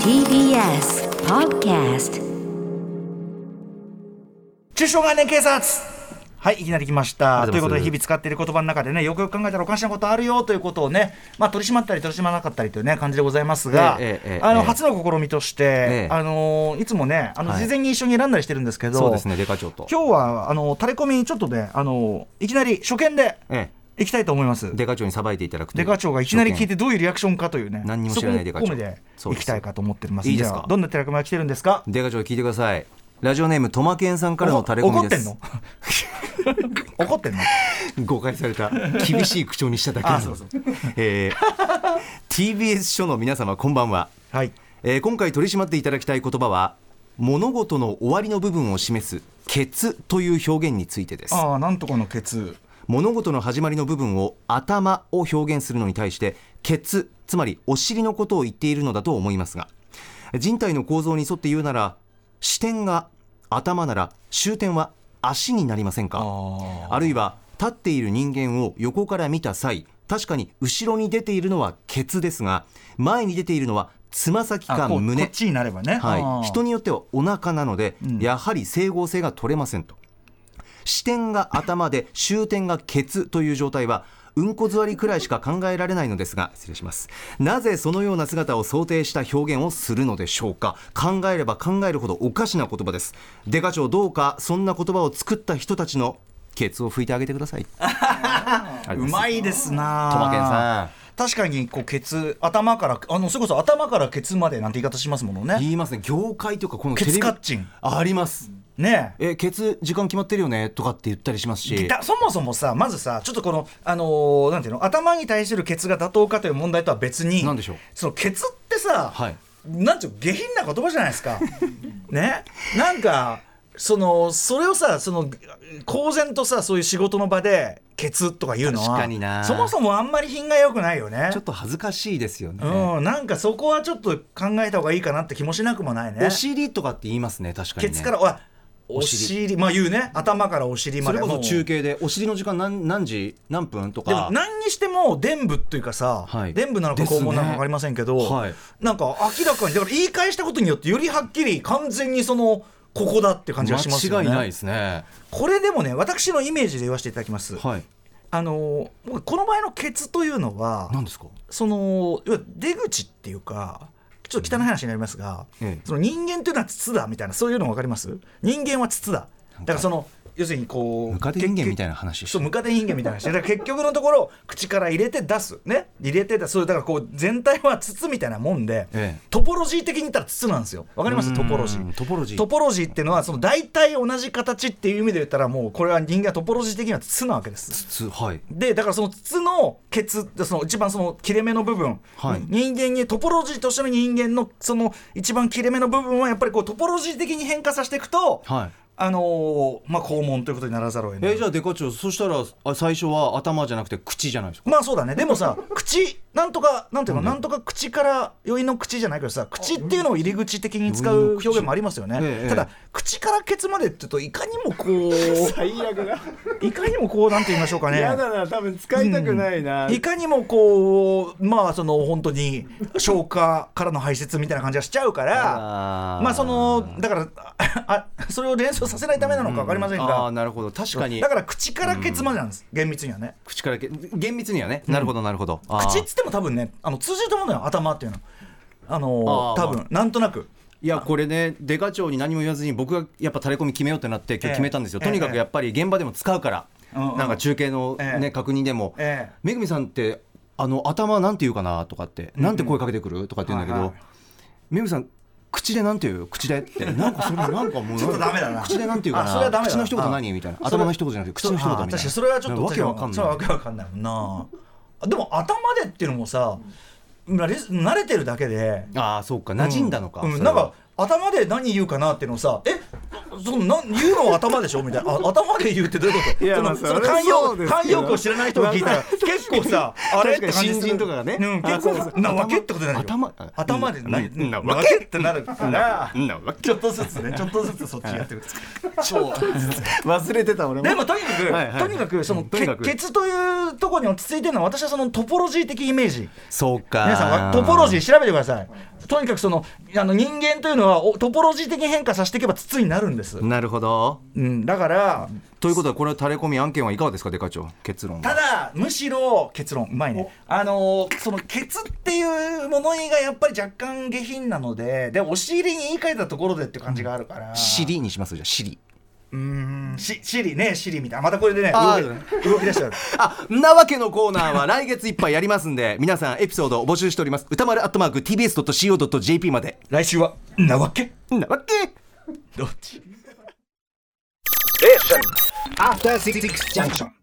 TBS Podcast 中小概念警察はいいきなり来ましたりとがといううごこざといでます日々使っている言葉の中でねよくよく考えたらおかしなことあるよということをね、まあ、取り締まったり取り締まらなかったりという、ね、感じでございますが、ええええあのええ初の試みとして、えあのいつもねあのはい事前に一緒に選んだりしてるんですけど、そうですねデカ長と今日はあのタレコミちょっとねあのいきなり初見でええいきたいと思います。デカ長にさばいていただくといデうカ長がいきなり聞いてどういうリアクションかというね何にも知らないデカ長そこも込めてそういですきたいかと思ってますいいですかじゃあどんなテレコミが来てるんですかデカ長聞いてくださいラジオネームトマケンさんからのタレコ怒ミってでんすの 怒ってんの誤解された厳しい口調にしただけ あのそうそうえー TBS 署の皆様こんばんは、はいえー今回取り締まっていただきたい言葉は物事の終わりの部分を示す「ケツ」という表現についてですああなんとかのケツ物事の始まりの部分を「頭」を表現するのに対して「ケツ」つまりお尻のことを言っているのだと思いますが人体の構造に沿って言うなら視点が頭なら終点は足になりませんかああるいは立っている人間を横から見た際確かに後ろに出ているのはケツですが前に出ているのはつま先かこうこ胸っちになればねはい、人にによってはお腹なので、んやはり整合性が取れませんと視点が頭で終点がケツという状態はうんこ座りくらいしか考えられないのですが失礼しますなぜそのような姿を想定した表現をするのでしょうか考えれば考えるほどおかしな言葉ですデカ長どうかそんな言葉を作った人たちのケツを拭いてあげてく ださいありがとうございまいいですなトマケンさん確かにこうケツ頭からあのそれこそ頭からケツまでなんて言い方しますものね言いますね業界とかこのケテレツビカッチンありますねええケツ時間決まってるよねとかって言ったりしますしだそもそもさまずさちょっとこの、あのーなんていうの頭に対するケツが妥当かという問題とは別になんでしょうそのケツってさ、はいなんていうの下品な言葉じゃないですか ねなんかそのそれをさその公然とさそういう仕事の場でケツとか言うのは確かになそもそもあんまり品が良くないよねちょっと恥ずかしいですよね。うん、なんかそこはちょっと考えた方がいいかなって気もしなくもないねお尻とかって言いますね、確かに、ケね。ツからわおお尻尻まあ言うね頭からお尻まそでれこそもう中継で、お尻の時間何何時、何分とでもか。何にしても伝部というかさ、はい伝部なのかですね肛門なのか分かりませんけど、はいなんか明らかにだから言い返したことによってよりはっきり完全にそのここだって感じがしますよ間違ねいないですね。これでもね私のイメージで言わせていただきます、はい。あの僕この場合のケツというのは何ですかその要は出口っていうかちょっと汚い話になりますが、ええその人間というのは筒だみたいなそういうの分かります人間は筒だだからその要するにこうムカデ人間みたいな話そうムカデ人間みたいな話だから結局のところ口から入れて出すね入れて出すそうだからこう全体は筒みたいなもんで、ええトポロジー的に言ったら筒なんですよわかりまうすんトポロジートポロジートポロジーっていうのはその大体同じ形っていう意味で言ったらもうこれは人間はトポロジー的には筒なわけですつはい。でだからその筒のケツその一番その切れ目の部分、はい人間にトポロジーとしての人間のその一番切れ目の部分はやっぱりこうトポロジー的に変化させていくと、はい。あのーまあ肛門ということにならざるを得えない。ーじゃあ、デカチョウ、そしたら、あ最初は頭じゃなくて口じゃないですか。まあそうだねでもさ 口なんとかなんていうのなんとか口から余韻の口じゃないけどさ口っていうのを入り口的に使う表現もありますよね、ええただ口からケツまでっていうといかにも こう最悪だいかにもこうなんて言いましょうかね 嫌だな多分使いたくないな、いかにもこうまあその本当に消化からの排泄みたいな感じがしちゃうからあーまあそのだからああそれを連想させないためなのか分かりませんあが、あ、なるほど。確かにだ、から口からケツまでなんです、厳密にはね口からけ、厳密にはね。なるほど、なるほど。あー口っつっても多分ねあの通じると思うのよ頭っていうのはあのあー多分なんとなくいやこれねデカ長に何も言わずに僕がやっぱタレコミ決めようってなって今ええ日決めたんですよ、ええとにかくやっぱり現場でも使うから、うんうんなんか中継の、ねええ確認でも、ええめぐみさんってあの頭なんて言うかなとかって、なんて声かけてくるとかって言うんだけど、はいはいめぐみさん口でなんて言う口でってなんかそれなんかも うちょっとダメだな口でなんて言うかあそれはダなメだな口の一言何みたいな頭の一言じゃなくて口の一言みたいあな確かにそれはちょっとわけわかんそなれいはわけわかんないもんなあでも頭でっていうのもさ慣れ慣れてるだけでああそうか馴染んだのか、うん、それなはんか頭で何言うかなっていうのをさえそのなん言うのは頭でしょみたいなあ頭で言うってどういうこといやそまのあそのそれは慣そ用うです慣けど用句を知らない人が聞いたら結 構さあれ確ってかに感じす新る人とかがねうん、結あそうそ構なわけってことになるよ頭頭でなうんななわわけってなるからんなわけちょっとずつねちょっとずつそっちやってくる超忘れてた俺もでもとにかく、はいはいとにかくそのとにかくけケツというところに落ち着いてるのは私はそのトポロジー的イメージそうか皆さんわトポロジー調べてくださいとにかくそのあの人間というのはおトポロジー的に変化させていけば筒になるんです、なるほどうん、だからということはこれはタレコミ案件はいかがですかデカ長結論はただむしろ結論うまいねあのーそのケツっていう物言いがやっぱり若干下品なのででお尻に言い換えたところでって感じがあるから尻にしますじゃあ尻うーんし尻ね尻みたいなまたこれでねあ動き動き出しちゃうあんなわけのコーナーは来月いっぱいやりますんで皆さんエピソードを募集しております歌丸アットマーク TBS.CO.JP まで来週はんなわけんなわけどっち After Six Junction.